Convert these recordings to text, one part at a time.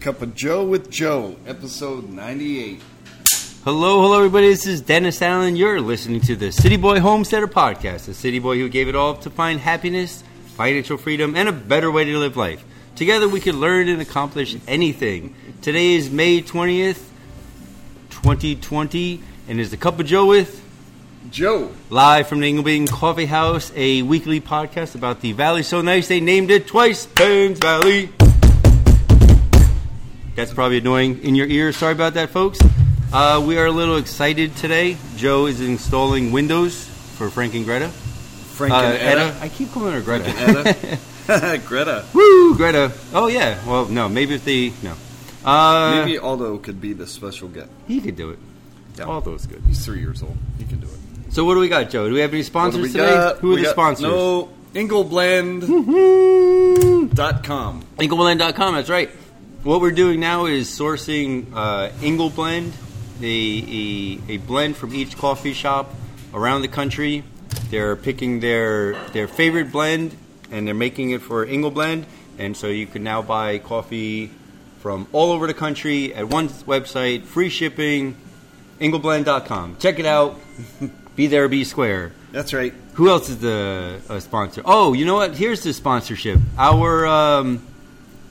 Cup of Joe with Joe, episode 98. Hello, hello, everybody. This is Dennis Allen. You're listening to the City Boy Homesteader Podcast, the city boy who gave it all to find happiness, financial freedom, and a better way to live life. Together, we can learn and accomplish anything. Today is May 20th, 2020, and is the Cup of Joe with Joe, live from the Inglebean Coffee House, a weekly podcast about the valley. So nice they named it twice, Burns Valley. That's probably annoying in your ear. Sorry about that, folks. Uh, we are a little excited today. Joe is installing Windows for Frank and Greta. Frank Uh, and Etta. Etta. I keep calling her Greta. Etta. Greta. Woo, Greta. Oh yeah. Well, no, maybe if they no. Uh, Maybe Aldo could be the special guest. he could do it. Yeah. All those good. He's three years old. He can do it. So what do we got, Joe? Do we have any What do sponsors we today? got? Who are We the got- sponsors? No, Ingleblend.com. Ingleblend.com, that's right. What we're doing now is sourcing uh, Ingleblend, the, a, a blend from each coffee shop around the country. They're picking their, their favorite blend and they're making it for Ingleblend. And so you can now buy coffee from all over the country at one website, free shipping, ingleblend.com. Check it out. be there, be square. That's right. Who else is the uh, sponsor? Oh, you know what? Here's the sponsorship. Our um,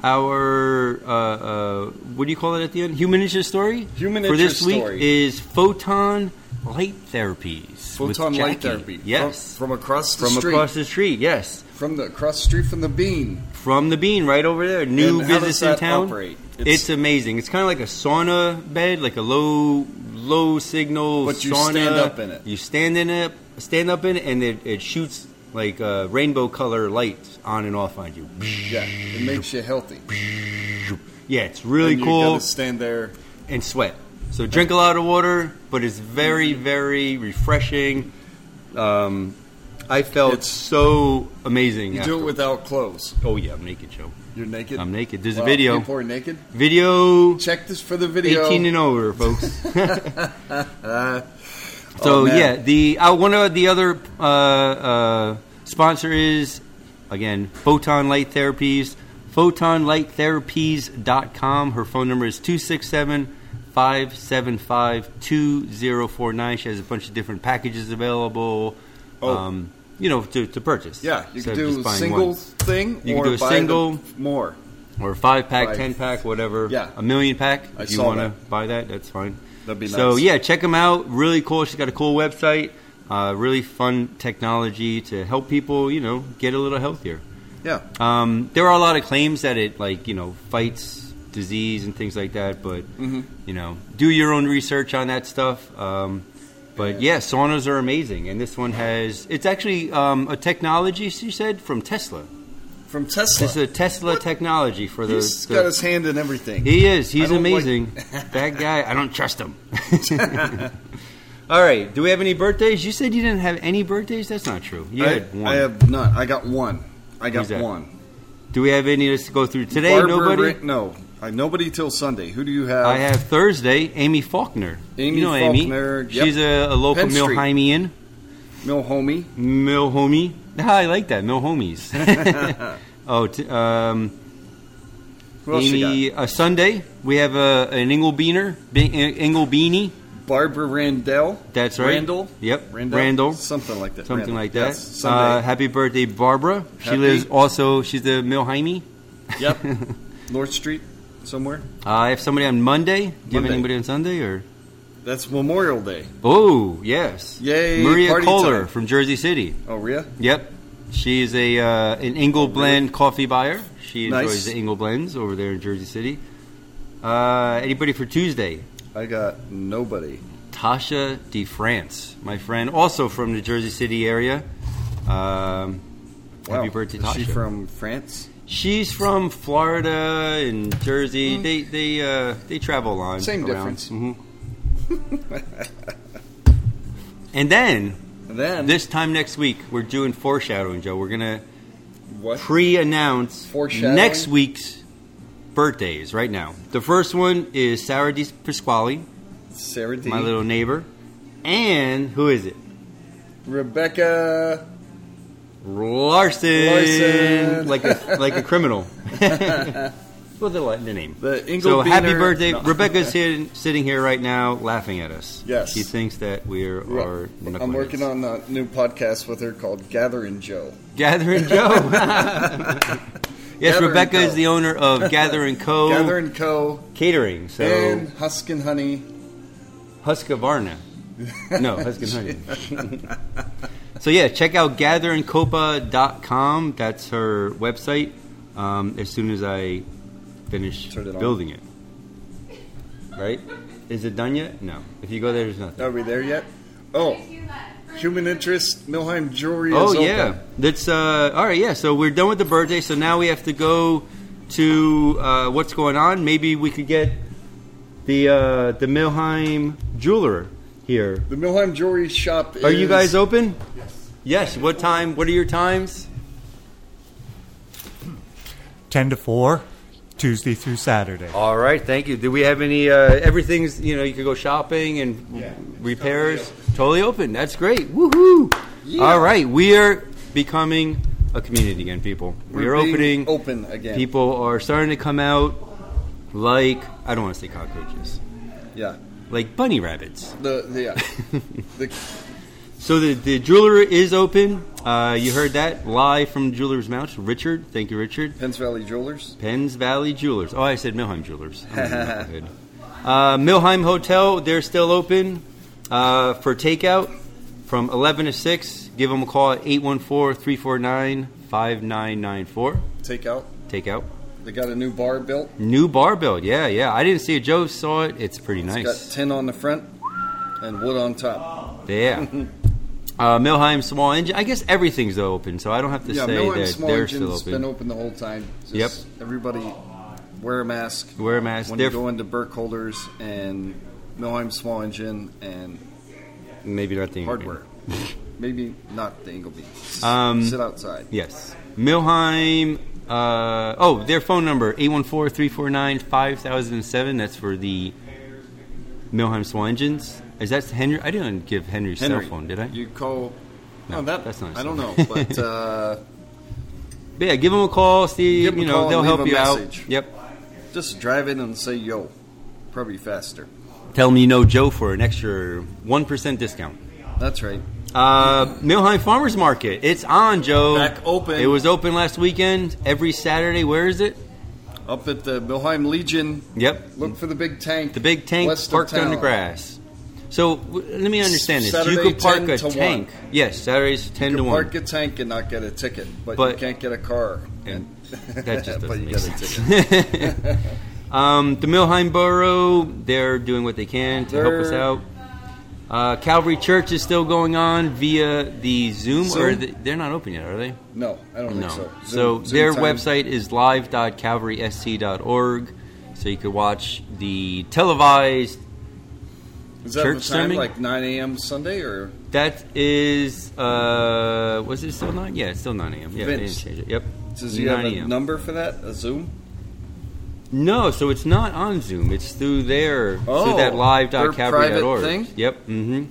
our uh, uh, what do you call it at the end? Human interest story Human for this interest week story. is photon light therapies. with Photon light Jackie. therapy. Yes, From, from across the from, street. across the street. Yes, from the across the street from the bean. from the bean right over there. New And how business does that in town. operate? It's, amazing. It's kind of like a sauna bed, like a low low signal But you sauna. stand up in it. You stand in it, stand up in it, and it, it shoots like uh, rainbow color lights on and off on you. Yeah, it makes you healthy. Yeah, it's really And you cool gotta stand there. and sweat. So drink a lot of water, but it's very very refreshing. Um, I felt It's- so amazing. You after- do it without clothes. oh yeah, I'm naked, Joe. You're naked. I'm naked. Um, There's Wow, a video. People are naked. Video Check this for the video. 18 and over, folks. Uh, So oh, man. yeah, the uh, one of the other uh, uh, sponsor is again Photon Light Therapies. PhotonLightTherapies.com. Her phone number is 267-575-2049. She has a bunch of different packages available. Oh. Um, you know, to, to purchase. Yeah, you can Instead of do just a buying single one. thing. You can or do a buy single. the more. or five pack, Right. ten pack, whatever. Yeah. a million pack. I if you saw want to buy that, that's fine. That'd be so nice. yeah, check them out. Really cool. She's got a cool website. Uh, really fun technology to help people, you know, get a little healthier. Yeah, Um, there are a lot of claims that it like you know fights disease and things like that, but Mm-hmm. you know, do your own research on that stuff. Um, but yeah. saunas are amazing, and this one has it's actually um, a technology she said from Tesla. from Tesla. This is a Tesla technology for the, He's the got his hand in everything. he is. He's I don't like- amazing. that guy. I don't trust him. All right. Do we have any birthdays? You said you didn't have any birthdays. That's not true. You I, had one. I have none. I got one. I got Who's that? one. Do we have any to go through today? Barbara Nobody. Ra- no, I, nobody till Sunday. Who do you have? I have Thursday. Amy Faulkner. Amy you know Faulkner, Amy. yep. She's a, a local Penn Street. Milheimian. Milhomie. Milhomie. Ah, I like that. Milhomies. oh, t- um, Who else you Amy. Uh, Sunday we have uh, an Engelbeaner. Be- Engelbeanie. got? Barbara Randell. That's right. Randall. Yep. Randall. Randall. Something like that. Randall. something like that. Yes, uh, Sunday. happy birthday, Barbara. She Happy- lives also. She's the Milheimie. yep. North Street, somewhere. Uh, I have somebody on Monday. Do you have Monday. anybody on Sunday or? That's Memorial Day. Oh yes, Yay, Maria party Kohler time. from Jersey City. Oh, Rhea? Yep, she's a uh, an Ingle Blend coffee buyer. She Nice. enjoys the Ingle Blends over there in Jersey City. Uh, anybody for Tuesday? I got nobody. Tasha de France, my friend, also from the Jersey City area. Um, Wow. Happy birthday, Is Tasha. she from France? She's from Florida and Jersey. They they uh, they travel on Mm. Same around. difference. Mhm. and then And then this time next week, we're doing foreshadowing, Joe. We're gonna what? pre-announce Foreshadowing? next week's birthdays right now. The first one is Sarah Di Pasquale, Sarah D. my little neighbor, and who is it? Rebecca. Larson, Larson. like a, like a criminal. Well, the, li- the name. The Ingle so happy Beaner- birthday, No. Rebecca's here, sitting here right now, laughing at us. Yes. she thinks that we are. are I'm working knuckleheads. on a new podcast with her called Gathering Joe. Gather and Go. yes, Gather and Rebecca is Go. the owner of Gather and Co. Gather and Co. Catering. So and Husk and Honey. Husqvarna. No, Husqvarna. so yeah, check out gatherandcopa.com. That's her website. Um, as soon as I finish Turn it on. building it, right? Is it done yet? No. If you go there, there's nothing. Are we there yet? Oh, Human Interest Milheim Jewelry Oh is yeah, open. that's uh, all right. Yeah, so we're done with the birthday. So now we have to go to uh, what's going on. Maybe we could get the uh, the Milheim jeweler here. The Milheim Jewelry Shop Are you guys open? Yes. Yes. What time? What are your times? 10 to 4, Tuesday through Saturday. All right. Thank you. Do we have any? Uh, everything's you know you could go shopping and repairs. Totally open. That's great. Woohoo! All right. We are becoming a community again, people. We We're are being opening. open again. People are starting to come out like I don't want to say cockroaches, Yeah. like bunny rabbits. The the, yeah. the So the the jeweler is open. Uh, you heard that live from jeweler's mouth. Richard, thank you, Richard. Pence Valley Jewelers. Penns Valley Jewelers. Oh, I said Milheim Jewelers. I'm in the neighborhood. uh, Milheim Hotel, they're still open uh, for takeout from 11 to 6. Give them a call at 814 349 5994. Take out. Takeout. They got a new bar built. New bar build. Yeah, yeah. I didn't see it. Joe saw it. It's pretty nice. It's got tin on the front and wood on top. Yeah. Uh, Milheim Small Engine. I guess everything's open, so I don't have to yeah, say Milheim that Small they're Engine's still been open. open the whole time. Just Yep. Everybody wear a mask Wear a mask. when They're you go into Burkholders and Milheim Small Engine and maybe not the hardware. Maybe not the Inglebees. Um, Sit outside. Yes. Milheim. Uh, oh, their phone number 814-349-5007. That's for the Milheim Small Engines. Is that Henry? I didn't give Henry's Henry, cell phone, did I? You call. No, No, that, that's not his I cell don't know, phone. but uh, But yeah, give them a call. See, Give 'em you a know call they'll and help leave you a out. message. Yep. just drive in and say yo. Probably faster. Tell them you know Joe for an extra one percent discount. That's right. Uh, Milheim Farmers Market. It's on, Joe. Back open. Oh, It was open last weekend. Every Saturday. Where is it? Up at the Milheim Legion. Yep. Look for the big tank. The big tank west of parked on the town. grass. So w- let me understand this. you Saturday, could park 10 a to tank. Yes, Saturdays ten You to can one. park a tank and not get a ticket, but, But- you can't get a car. and that just but you doesn't make get a ticket. sense. um, the Milheim Borough, they're doing what they can to help us They're- out. Uh, Calvary Church is still going on via the Zoom, or Zoom? the, they're not open yet, are they? No, I don't No. think so. So Zoom- Zoom their time. website is live.calvarysc.org. So you could watch the televised is that church the time sermon? like 9 a.m. Sunday or That is, uh, was it still nine? Yeah, it's still nine a.m. Yeah, they didn't Vince. change it. Yep, does you have 9 a a.m. number for that? A Zoom? No, so it's not on Zoom. It's through their through Oh, that their private live.calvary.org. thing? Yep. hmm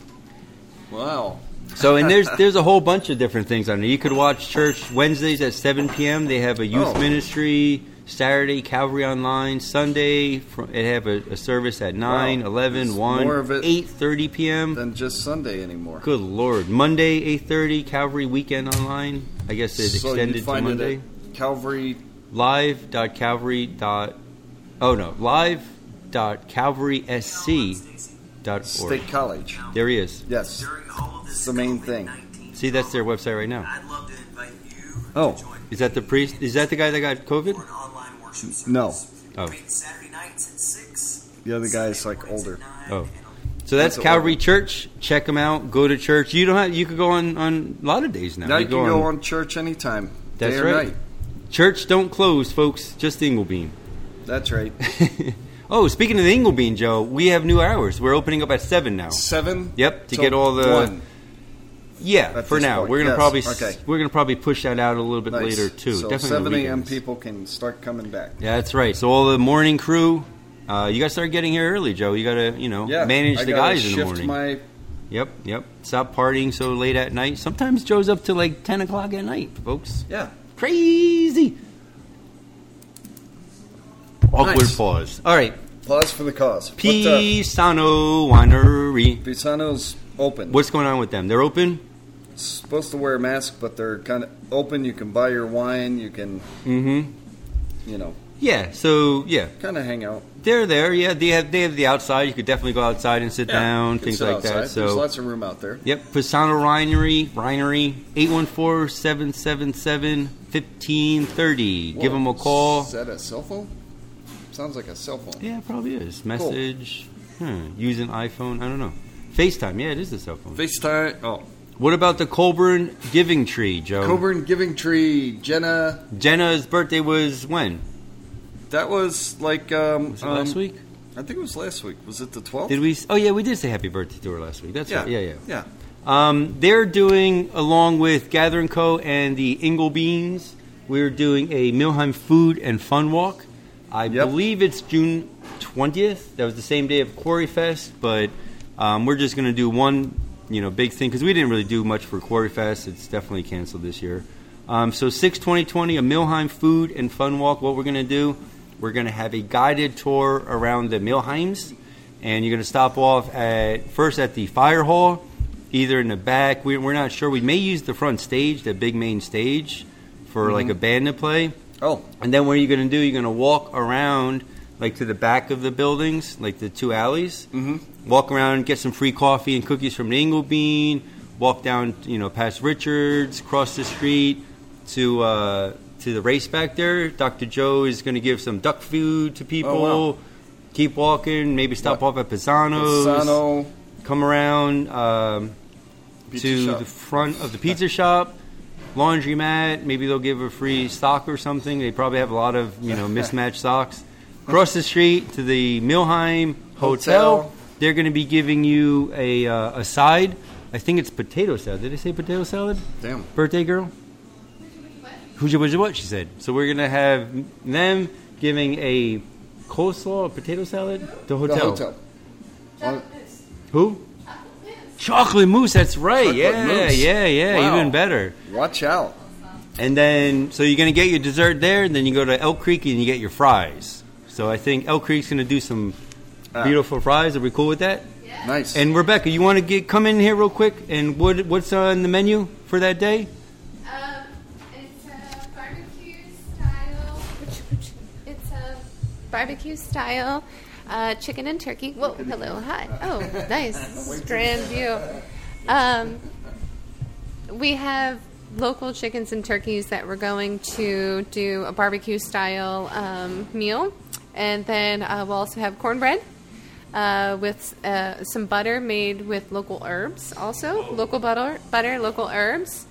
Wow. So and there's there's a whole bunch of different things on there. You could watch church Wednesdays at seven p.m. They have a youth Oh. ministry. Saturday Calvary Online. Sunday fr- they have a, a service at 9, Wow. 11, There's 1, more of it 8.30 p.m. Than just Sunday anymore. Good lord! Monday, eight thirty, Calvary Weekend Online. I guess it So extended you find to Monday. it at Calvary. Live.calvary. Dot, oh no, live.calvarysc.org. State College. There he is. Yes. It's the main thing. See, that's their website right now. I'd love to invite you Oh. to join me Is that the priest? Is that the guy that got for COVID? an online worship service. No. Oh. Meet Saturday nights at 6. The other guy is, like, Sunday mornings older. at Oh. 9, and So that's That's a- Calvary Church. Check them out. Go to church. You don't have. You could go on on a lot of days now. Now you can go on church anytime. That's day or right. night. Church don't close, folks. Just Inglebean. That's right. oh, speaking of the Inglebean, Joe, we have new hours. We're opening up at seven now. Seven. Yep, to till get all the- one. Yeah, At for this now. point, We're gonna yes. probably s- Okay. we're gonna probably push that out a little bit Nice. later too. So Definitely seven a.m. weekends. people can start coming back. Yeah, that's right. So all the morning crew, uh, you gotta start getting here early, Joe. You gotta you know Yeah, manage I the gotta guys in the shift morning. My Yep, yep. Stop partying so late at night. Sometimes Joe's up to like ten o'clock at night, folks. yeah. Crazy. Awkward Nice. pause. All right. Applause for the cause. What's up? Pisano Winery. Pisano's open. What's going on with them? They're open? supposed to wear a mask, but they're kind of open. You can buy your wine. You can, Mm-hmm. you know, Yeah. So, yeah. kind of hang out. They're there. Yeah. They have they have the outside. You could definitely go outside and sit down, You can things sit like outside. that. So There's lots of room out there. Yep, Pisano Winery, Winery, 814-777-1530. Give Whoa, them a call. Is that a cell phone? Sounds like a cell phone. Yeah, it probably is. Message. Hmm. Use an iPhone. I don't know. FaceTime. Yeah, it is a cell phone. FaceTime. Oh. What about the Colburn Giving Tree, Joe? Coburn Giving Tree, Jenna. Jenna's birthday was when? That was like um, Was it last um, week? I think it was last week. Was it the 12th? Did we? s- Oh yeah, we did say happy birthday to her last week. That's right. Yeah, yeah. Yeah. Um, they're doing, along with Gathering Co. and the Ingle Beans, we're doing a Milheim Food and Fun Walk. I Yep. believe it's June 20th. That was the same day of Quarry Fest, but um, we're just going to do one, you know, big thing because we didn't really do much for Quarry Fest. It's definitely canceled this year. Um, so 6 2020, a Milheim Food and Fun Walk. What we're going to do, we're going to have a guided tour around the Milheims, and you're going to stop off at first at the Fire Hall either in the back. We, we're not sure. We may use the front stage, the big main stage, for like a band to play. Oh, And then what are you going to do? You're going to walk around like to the back of the buildings, like the two alleys. Mm-hmm. Walk around, get some free coffee and cookies from the Ingle Bean. Walk down, you know, past Richards, cross the street to uh, to the race back there. Dr. Joe is going to give some duck food to people. Oh, wow. Keep walking, maybe stop off at Pisano's Pisano. come around um, Pizza to shop. the front of the pizza shop, laundromat. Maybe they'll give a free sock or something. They probably have a lot of you know mismatched socks. Across the street to the Milheim Hotel. Hotel. They're going to be giving you a uh, a side. I think it's potato salad. Did they say potato salad? Damn. Birthday girl. Who's your what she said? So we're gonna have them giving a coleslaw, a potato salad, the The hotel. hotel. Who? Chocolate mousse. That's right. Chocolate yeah, mousse. yeah, yeah. Wow. Even better. Watch out. And then, so you're gonna get your dessert there, and then you go to Elk Creek and you get your fries. So I think Elk Creek's gonna do some Ah. beautiful fries. Are we cool with that? Nice. And Rebecca, you want to get come in here real quick? And what what's on the menu for that day? Um, it's a barbecue style. It's a barbecue style uh, chicken and turkey. Whoa! Hello, hi. Oh, nice This is grand view. Um, we have local chickens and turkeys that we're going to do a barbecue style um, meal, and then uh, we'll also have cornbread. Uh, with uh, some butter made with local herbs, also local butter, butter, local herbs,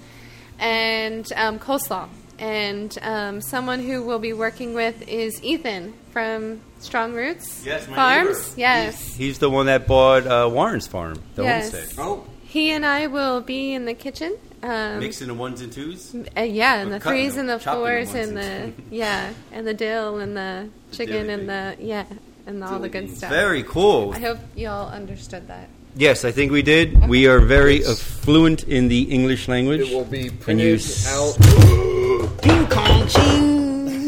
and um, coleslaw. And um, someone who we'll be working with is Ethan from Strong Roots Farms. Yes, He's the one that bought uh, Warren's farm, the Yes. homestead. oh, he and I will be in the kitchen. Um, Mixing the ones and twos. Uh, yeah, and Or the cutting threes them, and the chopping them fours once and the and- yeah, and the dill and the The chicken dilly and the yeah, and all the good stuff. Very cool. I hope y'all understood that. Yes, I think we did. We are very affluent in the English language. it will be And you printed out. Ping pong ching.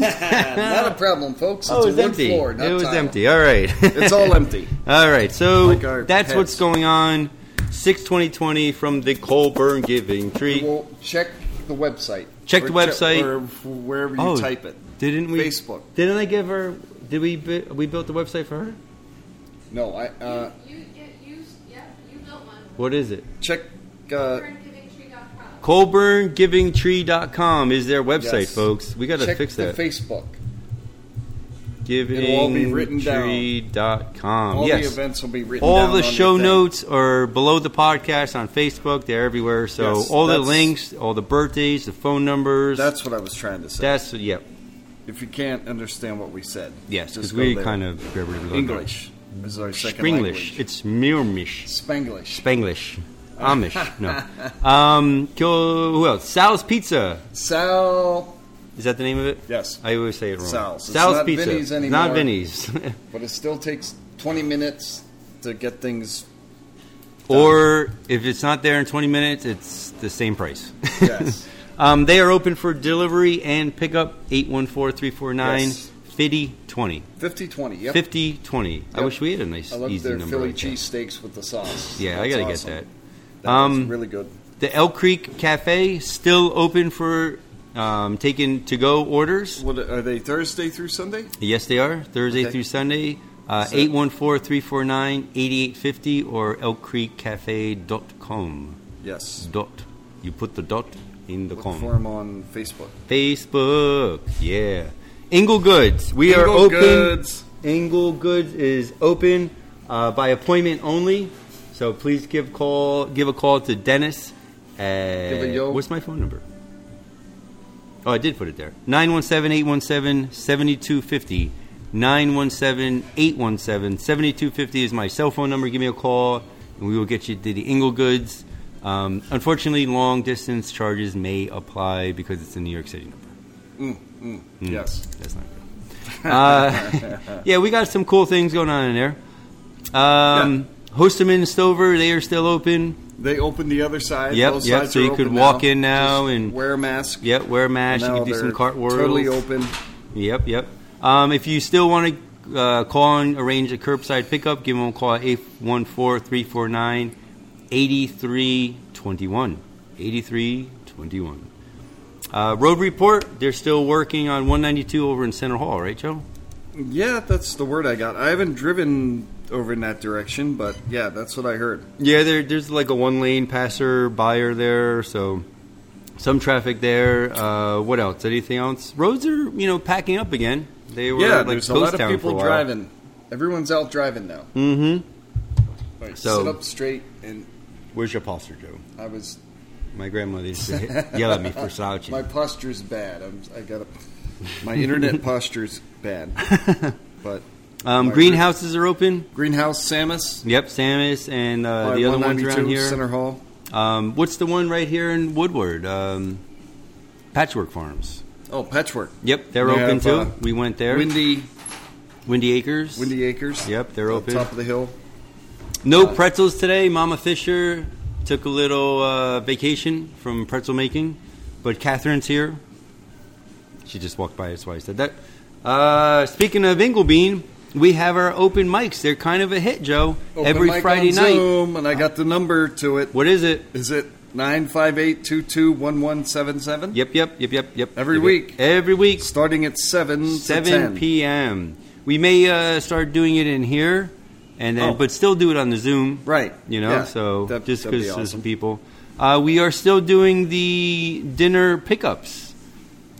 Not a problem, folks. It's Oh, it was a wood empty. floor, not it was tile. empty. All right. It's all empty. all right. So Like our that's heads. what's going on. Six twenty twenty from the Colburn Giving Tree. Well, check the website. Check the Or website. or wherever you Oh, type it. Didn't we? Facebook. Didn't I give her? Did we? bu- We built the website for her. No, I uh, You, you, yeah, you built one. What is it? check. Uh, ColburnGivingTree.com is their website, Yes. folks. We got to check fix the that. Facebook. Giving It'll all be written down. tree.com. All Um, yes. the events will be written. all down on the show thing. notes are below the podcast on Facebook. They're everywhere. So Yes, all the that's- links, all the birthdays, the phone numbers. That's what I was trying to say. that's yeah, if you can't understand what we said, yes. Because go we there. kind of English is our second Springlish. language. It's Mirmish. Spanglish. Spanglish. Amish. No. Um. Go, who else? Sal's Pizza. Sal, Is that the name of it? Yes. I always say it wrong. Sal's. It's Sal's not Pizza. Vinny's It's Not anymore. Vinny's. but it still takes 20 minutes to get things. or if it's not there in 20 minutes, it's the same price. Yes. Um, they are open for delivery and pickup 814 349 Yes. 20. 50 20. Yep. 50 20. I Yep. wish we had a nice, I love easy their number. Philly like that. cheese steaks with the sauce. Yeah, I That's got to awesome. get that. That's Um, really good. The Elk Creek Cafe still open for um, taking to go orders. What are they Thursday through Sunday? Yes, they are Thursday Okay. through Sunday. Uh, So- 814 349 8850 or elkcreekcafe.com. Yes. Dot. You put the dot in the Look com. for 'em on Facebook. Facebook. Yeah. Ingle Goods. We are Eagle open. Goods. Ingle Goods is open uh, by appointment only. So please give call give a call to Dennis. At, Give a yo. What's my phone number? Oh, I did put it there. 917-817-7250. 917-817-7250 is my cell phone number. Give me a call and we will get you to the Ingle Goods. Um, unfortunately, long distance charges may apply because it's a New York City number. Mm, Mm. Yes. That's not good. Hmm. Uh, yeah, we got some cool things going on in there. Um, Hosterman and Stover, they are still open. They opened the other side. Yep, Both yep, sides so are you could open walk in now Just and- wear a mask. Yep, wear a mask. You Now can do some they're cartwheels. Totally open. Yep, yep. Um, if you still want to uh, call and arrange a curbside pickup, give them a call at 814 349 8321. 8321. Uh, road report, they're still working on 192 over in Center Hall, right, Joe? Yeah, that's the word I got. I haven't driven over in that direction, but yeah, that's what I heard. Yeah, there, there's like a one lane passer buyer there, so some traffic there. Uh, what else? Anything else? Roads are you know packing up again. They were yeah, like there's a ghost lot of town for people while. driving. Everyone's out driving now. Mm-hmm. Like, So- sit up straight, and Where's your posture, Joe? I was. My grandmother used to hit- yell at me for slouching. My posture's bad. I'm, I got to My internet posture's bad. But um, my- greenhouses are open. greenhouse, Samus, Yep, Samus and uh, by the other ones 192 around here. Center Hall. Um, what's the one right here in Woodward? Um, Patchwork Farms. Oh, Patchwork, Yep, they're They open have, too. uh, we went there. Windy, Windy Acres. Windy Acres. Yep, they're Up open. Top of the hill. No pretzels today. Mama Fisher took a little uh, vacation from pretzel making, but Catherine's here. She just walked by, that's why I said that. Uh, speaking of Inglebean, we have our open mics. They're kind of a hit, Joe. Open Every mic Friday on night. Zoom, and I got the number to it. What is it? Is it nine five eight two two one one seven seven? Yep, yep, yep, yep, yep. Every Yep, week. yep. Every week. Starting at seven, to 7 10. p.m. We may uh, start doing it in here, and then, Oh. but still do it on the Zoom. Right. You know, Yeah. so That- just that'd be because there's awesome. some people. Uh, we are still doing the dinner pickups.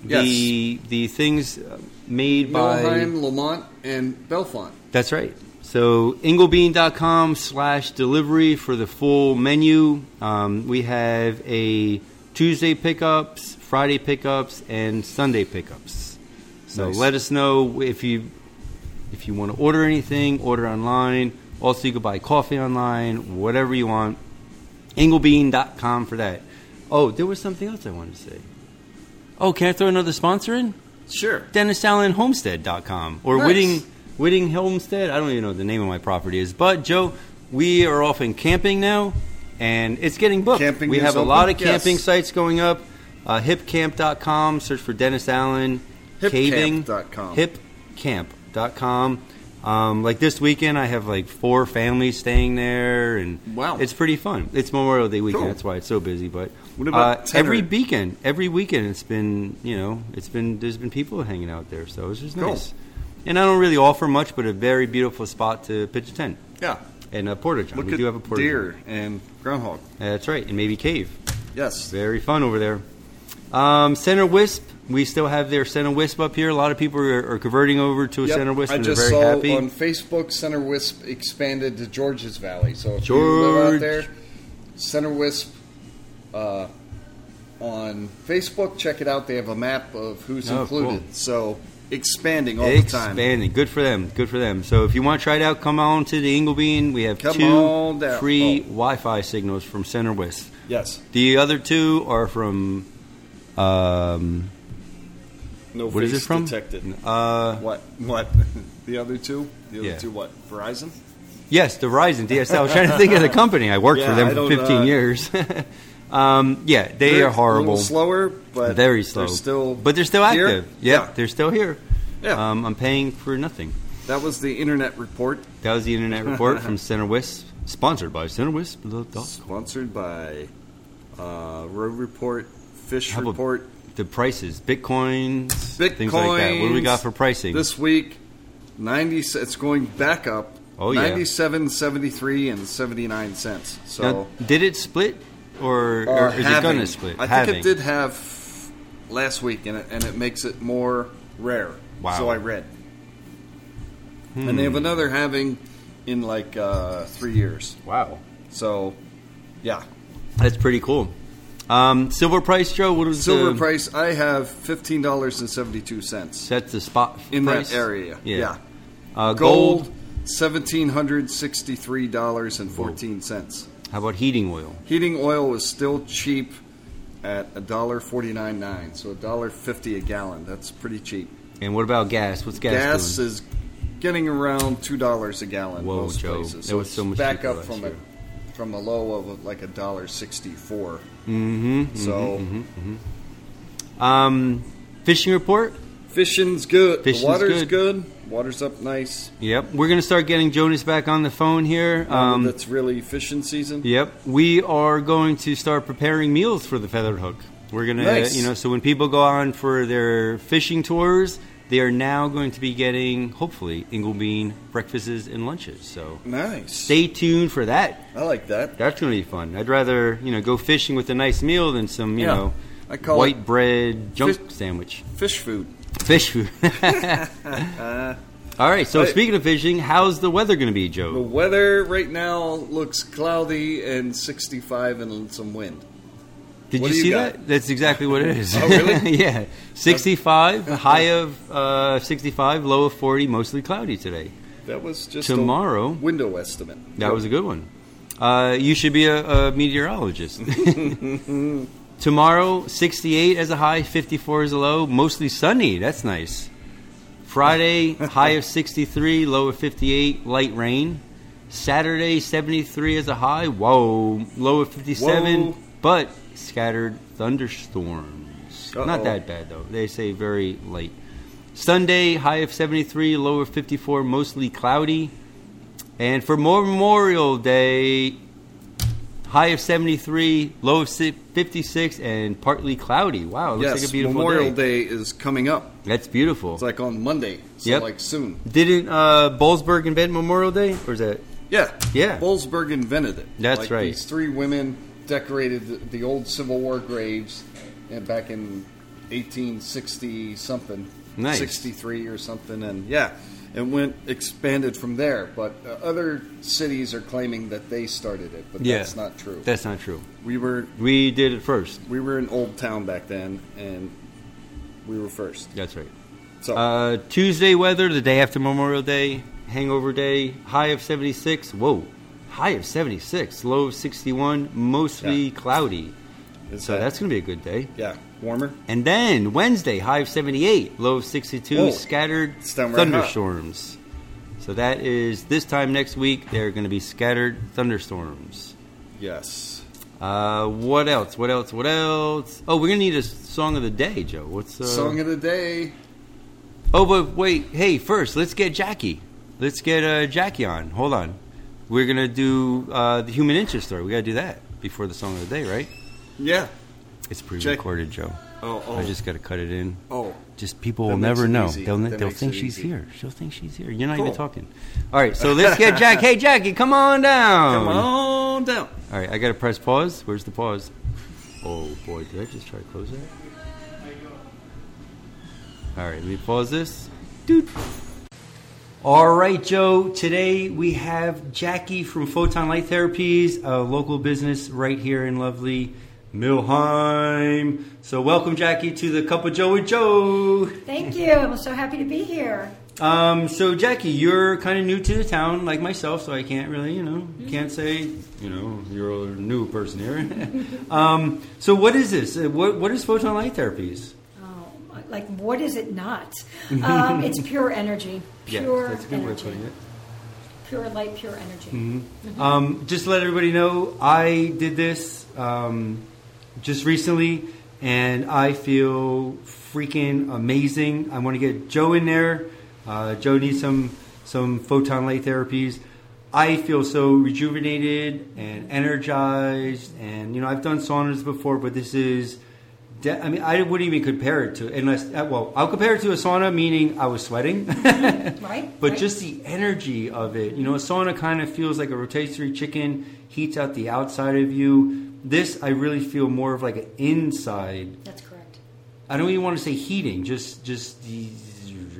The the things uh, made by. Melheim, Lamont, and Belfont. That's right. So inglebean.com slash delivery for the full menu. Um, we have a Tuesday pickups, Friday pickups, and Sunday pickups. So Nice. let us know if you if you want to order anything, order online. Also, you can buy coffee online, whatever you want. Inglebean.com for that. Oh, there was something else I wanted to say. Oh, can I throw another sponsor in? Sure. DennisAllenHomestead.com or Nice. Whitting Whitting Homestead. I don't even know what the name of my property is, but Joe, we are often camping now, and it's getting booked. Camping we is have a open? lot of Yes. camping sites going up. Uh, hipcamp.com. Search for Dennis Allen caving. Hipcamp.com. Hipcamp.com. Um, like this weekend, I have like four families staying there, and Wow. it's pretty fun. It's Memorial Day weekend, Cool. that's why it's so busy. But What about uh, Tenor? every weekend, every weekend, it's been you know, it's been there's been people hanging out there, so it's just Cool. nice. And I don't really offer much, but a very beautiful spot to pitch a tent Yeah. and a portage. Look We at do have a portage. deer and groundhog. That's right, and maybe cave. Yes. Very fun over there. Um, Center Wisp, we still have their Center Wisp up here. A lot of people are, are converting over to a Yep. Center Wisp, I and they're just very saw happy. on Facebook Center Wisp expanded to Georges Valley. So if you live George. out there, Center Wisp uh, on Facebook, check it out. They have a map of who's Oh, cool. included. So expanding all the time. Expanding. Good for them. Good for them. So if you want to try it out, come on to the Inglebean. We have Come on two down. free Oh. Wi-Fi signals from Center West. Yes. The other two are from. Um, No What is face it from? detected. uh, What? What? the other two? The other Yeah. two what? Verizon? yes, the Verizon DSL. I was trying to think of the company. I worked Yeah, for them I for don't, 15 uh, years. um, yeah, they They're are A horrible. little slower, but very slow. They're still, but they're still here. active. Yep, Yeah. they're still here. Yeah. Um, I'm paying for nothing. That was the internet report That was the internet report from Center Wisp, sponsored by Center Wisp. The, the, sponsored by uh, Road Report, Fish How about Report. the prices, Bitcoin, Bitcoin. things like that. What do we got for pricing? This week, 90 c- it's going back up. Oh, yeah. 97, 73, and 79 cents. So, Now, did it split, or, uh, or is it going having- to split? I Having. think it did have last week, and it, and it makes it more rare. Wow. Hmm. So I read. And they have another having in like uh, three years. Wow, So, yeah. that's pretty cool. Um, silver price, Joe. What was Silver the, price, I have $15.72 That's the spot in price? that area. Yeah. yeah. Uh, gold. Gold, seventeen hundred sixty-three dollars and fourteen cents. How about heating oil? Heating oil was still cheap at a dollar forty-nine nine, so a dollar fifty a gallon. That's pretty cheap. And what about gas? What's gas? Gas doing? is getting around two dollars a gallon Whoa, most Joe. places. That was so it's much back cheaper up last from year. a from a low of like a dollar sixty-four. Mm-hmm. So Um, fishing report. fishing's good. Fishing's the water's good. good. Water's up nice. Yep, we're gonna start getting Jonas back on the phone here. Now Um, that it's really fishing season. Yep, we are going to start preparing meals for the Feathered Hook. We're gonna, Nice. you know, so when people go on for their fishing tours, they are now going to be getting, hopefully, Ingle Bean breakfasts and lunches. So Nice. stay tuned for that. I like that. That's gonna be fun. I'd rather, you know, go fishing with a nice meal than some, you Yeah. know, I call white it bread junk fish- sandwich, fish food. fish food. All right. So Hey. speaking of fishing, how's the weather gonna be, Joe? The weather right now looks cloudy and 65 and some wind. Did What you do you see got? that? That's exactly what it is. Oh, really? yeah. 65, high of uh, 65, low of 40, mostly cloudy today. That was just a Tomorrow, window estimate. that was a good one. Uh, you should be a, a meteorologist. Tomorrow, 68 as a high, 54 as a low, mostly sunny. That's nice. Friday, high of 63, low of 58, light rain. Saturday, 73 as a high, whoa, low of 57, Whoa. but scattered thunderstorms. Uh-oh. Not that bad, though. They say very light. Sunday, high of 73, low of 54, mostly cloudy. And for Memorial Day, high of 73, low of si- 56, and partly cloudy. Wow, it looks yes, like a beautiful Memorial day. Day. is coming up. That's beautiful. It's like on Monday, so Yep. like soon. Didn't uh, Bolzberg invent Memorial Day? Or is that? Yeah, Yeah. Bolzberg invented it. That's Like, right. These three women decorated the, the old Civil War graves, and back in 1860 something, Nice. 63 or something, and yeah, it went expanded from there. But uh, other cities are claiming that they started it, but Yeah. that's not true. That's not true. we were We did it first. we were in Old Town back then, and we were first. That's right. So Uh, Tuesday weather, the day after Memorial Day, hangover day, high of 76. Whoa, high of 76, low of 61, mostly cloudy. is So that- that's going to be a good day. yeah warmer. And then Wednesday, high of 78, low of 62, Whoa. scattered It's down right thunderstorms. So that is this time next week, there are going to be scattered thunderstorms. Yes. Uh, what else? What else? What else? Oh, we're going to need a song of the day, Joe. What's uh, Song of the day. Oh, but wait. Hey, first, let's get Jackie. Let's get uh, Jackie on. Hold on. We're going to do uh, the human interest story. We got to do that before the song of the day, right? Yeah. It's pre-recorded, Joe. Oh, oh, I just got to cut it in. oh. Just people That will makes never it know. easy. They'll, That they'll makes think it she's easy. here. She'll think she's here. You're not Cool. even talking. All right, so let's get Jack. hey, Jackie, come on down. Come on down. All right, I got to press pause. Where's the pause? Oh, boy, did I just try to close that? All right, let me pause this. Dude. All right, Joe. Today we have Jackie from Photon Light Therapies, a local business right here in lovely Milheim. So, welcome, Jackie, to the Cup of Joe with Joe. Thank you. I'm so happy to be here. Um, so Jackie, you're kind of new to the town, like myself, so I can't really, you know, can't say, you know, you're a new person here. um, so what is this? Uh, What what is photon light therapies? Oh, like, what is it not? Um, it's pure energy. Pure that's a good way of energy. putting it. Mm-hmm. Pure light, pure energy. Um, just to let everybody know, I did this um, just recently, and I feel freaking amazing. I want to get Joe in there. Uh, Joe needs some some photon light therapies. I feel so rejuvenated and energized, and you know I've done saunas before, but this is. De- I mean, I wouldn't even compare it to unless. uh, Well, I'll compare it to a sauna, meaning I was sweating. Right? But Right? just the energy of it, you know, a sauna kind of feels like a rotisserie chicken, heats out the outside of you. This, I really feel more of like an inside. That's correct. I don't even want to say heating, just just the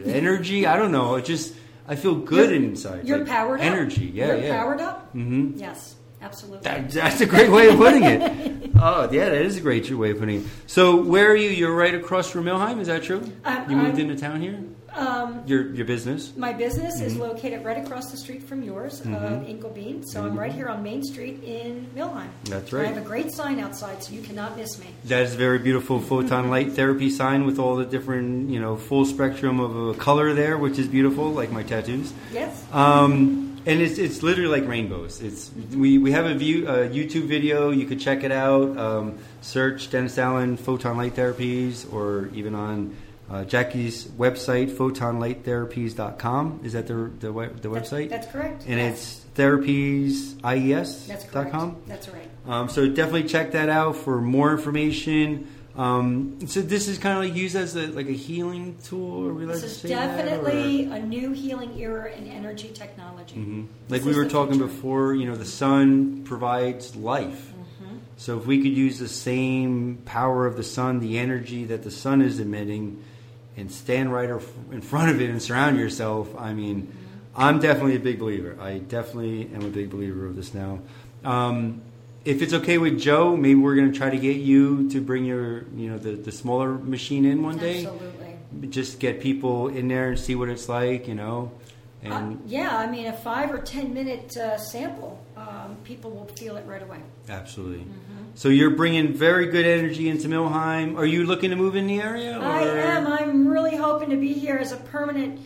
energy. I don't know. It just I feel good You're- inside. You're like powered up. Energy, yeah, You're yeah. powered up? Mm-hmm. Yes, absolutely. That- that's a great way of putting it. oh, yeah, that is a great way of putting it. So, where are you? You're right across from Milheim. Is that true? I'm- you moved I'm- into town here. um, Your your business. my business is Mm-hmm. located right across the street from yours, uh, Inglebean. So I'm right here on Main Street in Millheim. Mm-hmm. That's And I right. have a great sign outside, so you cannot miss me. That is a very beautiful photon light therapy sign with all the different, you know, full spectrum of uh, color there, which is beautiful, like my tattoos. Yes. Um, and it's, it's literally like rainbows. It's we, we have a view a YouTube video. You could check it out. Um, search Dennis Allen photon light therapies, or even on uh, Jackie's website photonlighttherapist.com. Is that the the, we- the That's- website? that's correct, And yes. it's E therapiesies.com. That's correct. That's right. Um, so definitely check that out for more information. Um, so this is kind of like used as a, like a healing tool. Are we allowed This to is say that, or- definitely a new healing era in energy technology. Mm-hmm. like This we is were the talking future. before. You know, the sun provides life. Mm-hmm. So if we could use the same power of the sun, the energy that the sun is emitting, and stand right of- in front of it and surround yourself, I mean, Mm-hmm. I'm definitely a big believer. I definitely am a big believer of this now. Um, if it's okay with Joe, maybe we're going to try to get you to bring your, you know, the, the smaller machine in one day. Absolutely. Just get people in there and see what it's like, you know. And Uh, yeah, I mean, a five or ten minute uh, sample, um, people will feel it right away. Absolutely. So you're bringing very good energy into Milheim. Are you looking to move in the area? Or? I am. I'm really hoping to be here as a permanent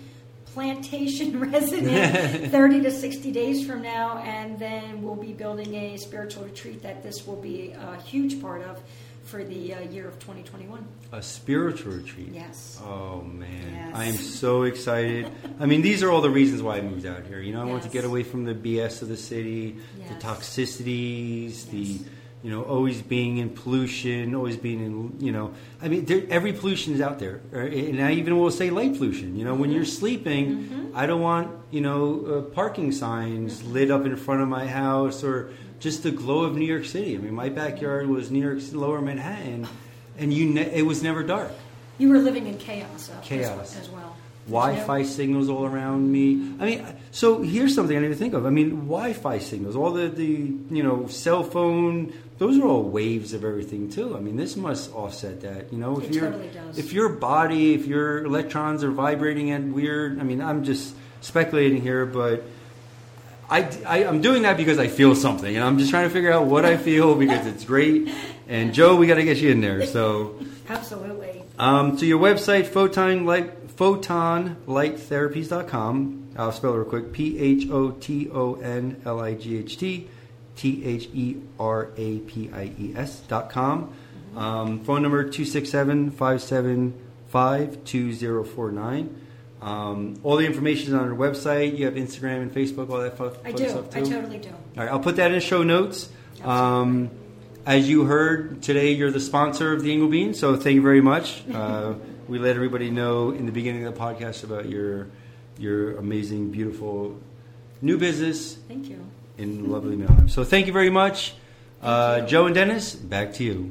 plantation resident 30 to 60 days from now, and then we'll be building a spiritual retreat that this will be a huge part of for the uh, year of 2021. A spiritual retreat. Yes. Oh man, Yes. I am so excited. I mean, these are all the reasons why I moved out here. You know, I want to Yes. get away from the BS of the city, Yes. the toxicities, the Yes. you know, always being in pollution, always being in you know. I mean, there, every pollution is out there, or- and I even will say light pollution. You know, when you're sleeping, I don't want you know uh, parking signs lit up in front of my house or just the glow of New York City. I mean, my backyard was New York's Lower Manhattan, and you ne- it was never dark. You were living in chaos, uh, as- Chaos. As, well. There's no- Wi-Fi signals all around me. I mean, so here's something I didn't even think of. I mean, Wi-Fi signals, all the, the you know cell phone, those are all waves of everything too. I mean, this must offset that. You know, if It your totally does. if your body, if your electrons are vibrating at weird. I mean, I'm just speculating here, but. I, I, am doing that because I feel something, and I'm just trying to figure out what I feel because it's great. And Joe, we got to get you in there. So Absolutely. um, to your website, photon light, photonlighttherapies.com. I'll spell it real quick P H O T O N L I G H T T H E R A P I E S.com. Um, phone number 267 575 2049. Um, all the information is on our website. You have Instagram and Facebook, all that fu- fun I do. stuff too. I totally do. All right, I'll put that in show notes. Um, as you heard today, you're the sponsor of the Ingle Bean, so thank you very much. Uh, we let everybody know in the beginning of the podcast about your your amazing, beautiful new business Thank you. in lovely Milheim. So thank you very much, uh, Joe and Dennis. Back to you.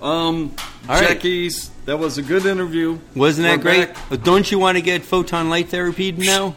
Um, All right. Jackie's, that was a good interview. Wasn't that We're great? back. Don't you want to get photon light therapy now?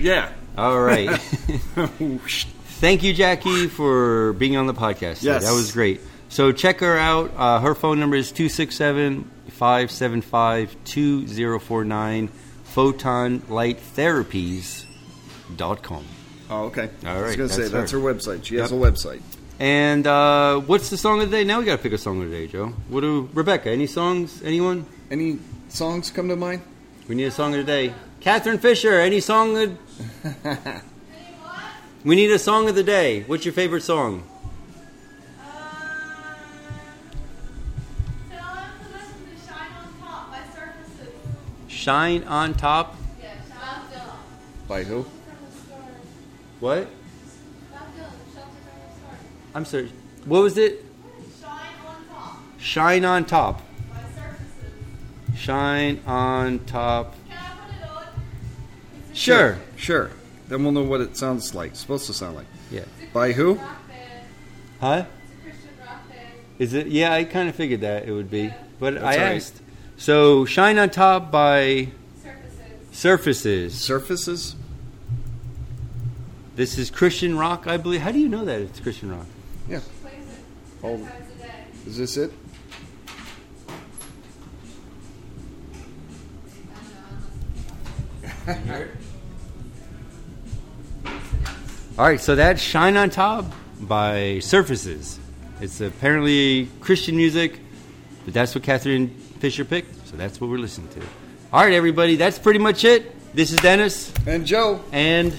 Yeah. Oh, All right. Thank you, Jackie, for being on the podcast. today. Yes. That was great. So check her out. Uh, her phone number is 267 575 2049 photonlighttherapies.com. Oh, okay. I All was right, going to say, that's that's her her. website. She has a Yep. website. And uh, what's the song of the day? Now we got to pick a song of the day, Joe. What do Rebecca? Any songs? Anyone? Any songs come to mind? We need a song of the day. Catherine Fisher. Any song? Of... we need a song of the day. What's your favorite song? Um, Shine on Top. Yeah, Bob Dylan. By who? What? Bob Dylan, Shelter from I'm sorry. What was it? the Storm. Shine Shine on on top. Top. My surfaces. Shine on Top. Can I put it on? Sure. Sure. Then we'll know what it sounds like. Supposed to sound like. Yeah. By who? Rock band. Huh? It's a Christian rock band. Is it? Yeah, I kind of figured that it would be, but I all right. asked. So, Shine on Top by Surfaces. Surfaces. Surfaces? This is Christian rock, I believe. How do you know that it's Christian rock? Yeah. Plays it Oh. ten times a day. Is this it? I don't know. I'm listening. All right, so that's Shine on Top by Surfaces. It's apparently Christian music, but that's what Catherine Fisher picked, so that's what we're listening to. All right, everybody, that's pretty much it. This is Dennis, And Joe. and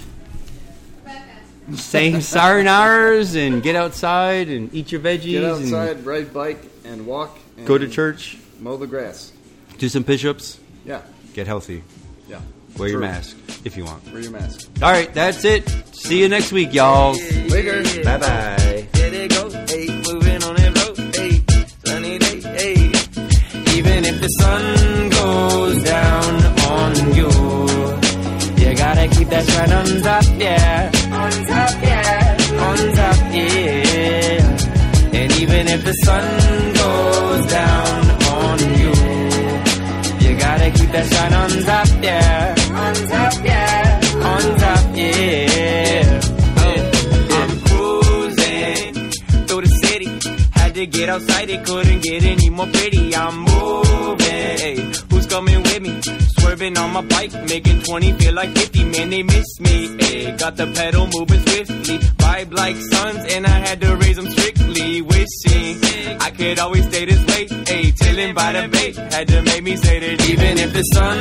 Rebecca. saying saranaras and get outside and eat your veggies Get and outside, ride bike, and walk. And go to church, Mow the grass. do some push ups, Yeah. get healthy, Yeah. wear your True. mask if you want. Wear your mask. All right, that's it. See you next week, y'all. Later. Bye bye. There they go, hey, moving on that road, hey, sunny day, hey. Even if the sun goes down on you, you gotta keep that shine on top, yeah, on top, yeah, on top, yeah. And even if the sun goes down on you, you gotta keep that shine on top, yeah, on top, yeah, on top, yeah. Oh, I'm cruising through the city. Had to get outside, it couldn't get any more pretty. I'm moving. Hey, who's coming with me? Swerving on my bike, making 20 feel like 50. Man, they miss me. Hey, got the pedal moving swiftly. Vibe like suns, and I had to raise them strictly. Wishing I could always stay this way. Hey, chilling by the bay. Had to make me say that even if the sun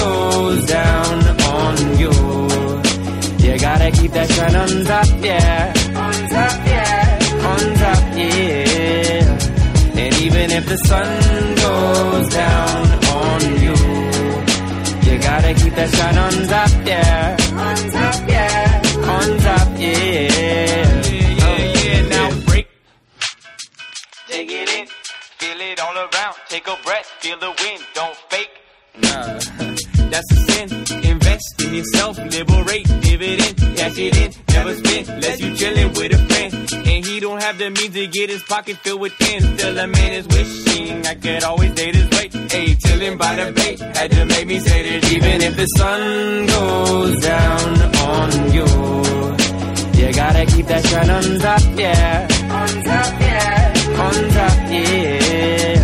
goes down on you. You gotta keep that shine on top, yeah. On top, yeah. On top, yeah. And even if the sun goes down on you, you gotta keep that shine on top, yeah. On top, yeah. On top, yeah. Oh, Yeah, yeah, now break. Take it in, feel it all around. Take a breath, feel the wind, don't fake. Nah, that's a sin. Invest in yourself, liberate, dividend, cash it in, never spend. Unless you chillin' with a friend, and he don't have the means to get his pocket filled with tens. Still, a man is wishing I could always date his way. Hey, chillin' by the bay, had to make me say that even if the sun goes down on you. You gotta keep that shine on top, yeah. On top, yeah. On top, yeah.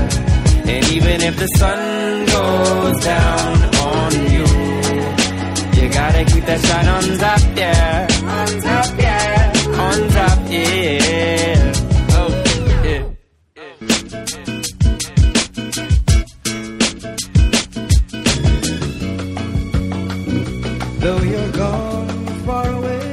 And even if the sun goes down on you, you gotta keep that shine on top, yeah. On top, yeah. On top, yeah. Oh, yeah. Though you're gone far away.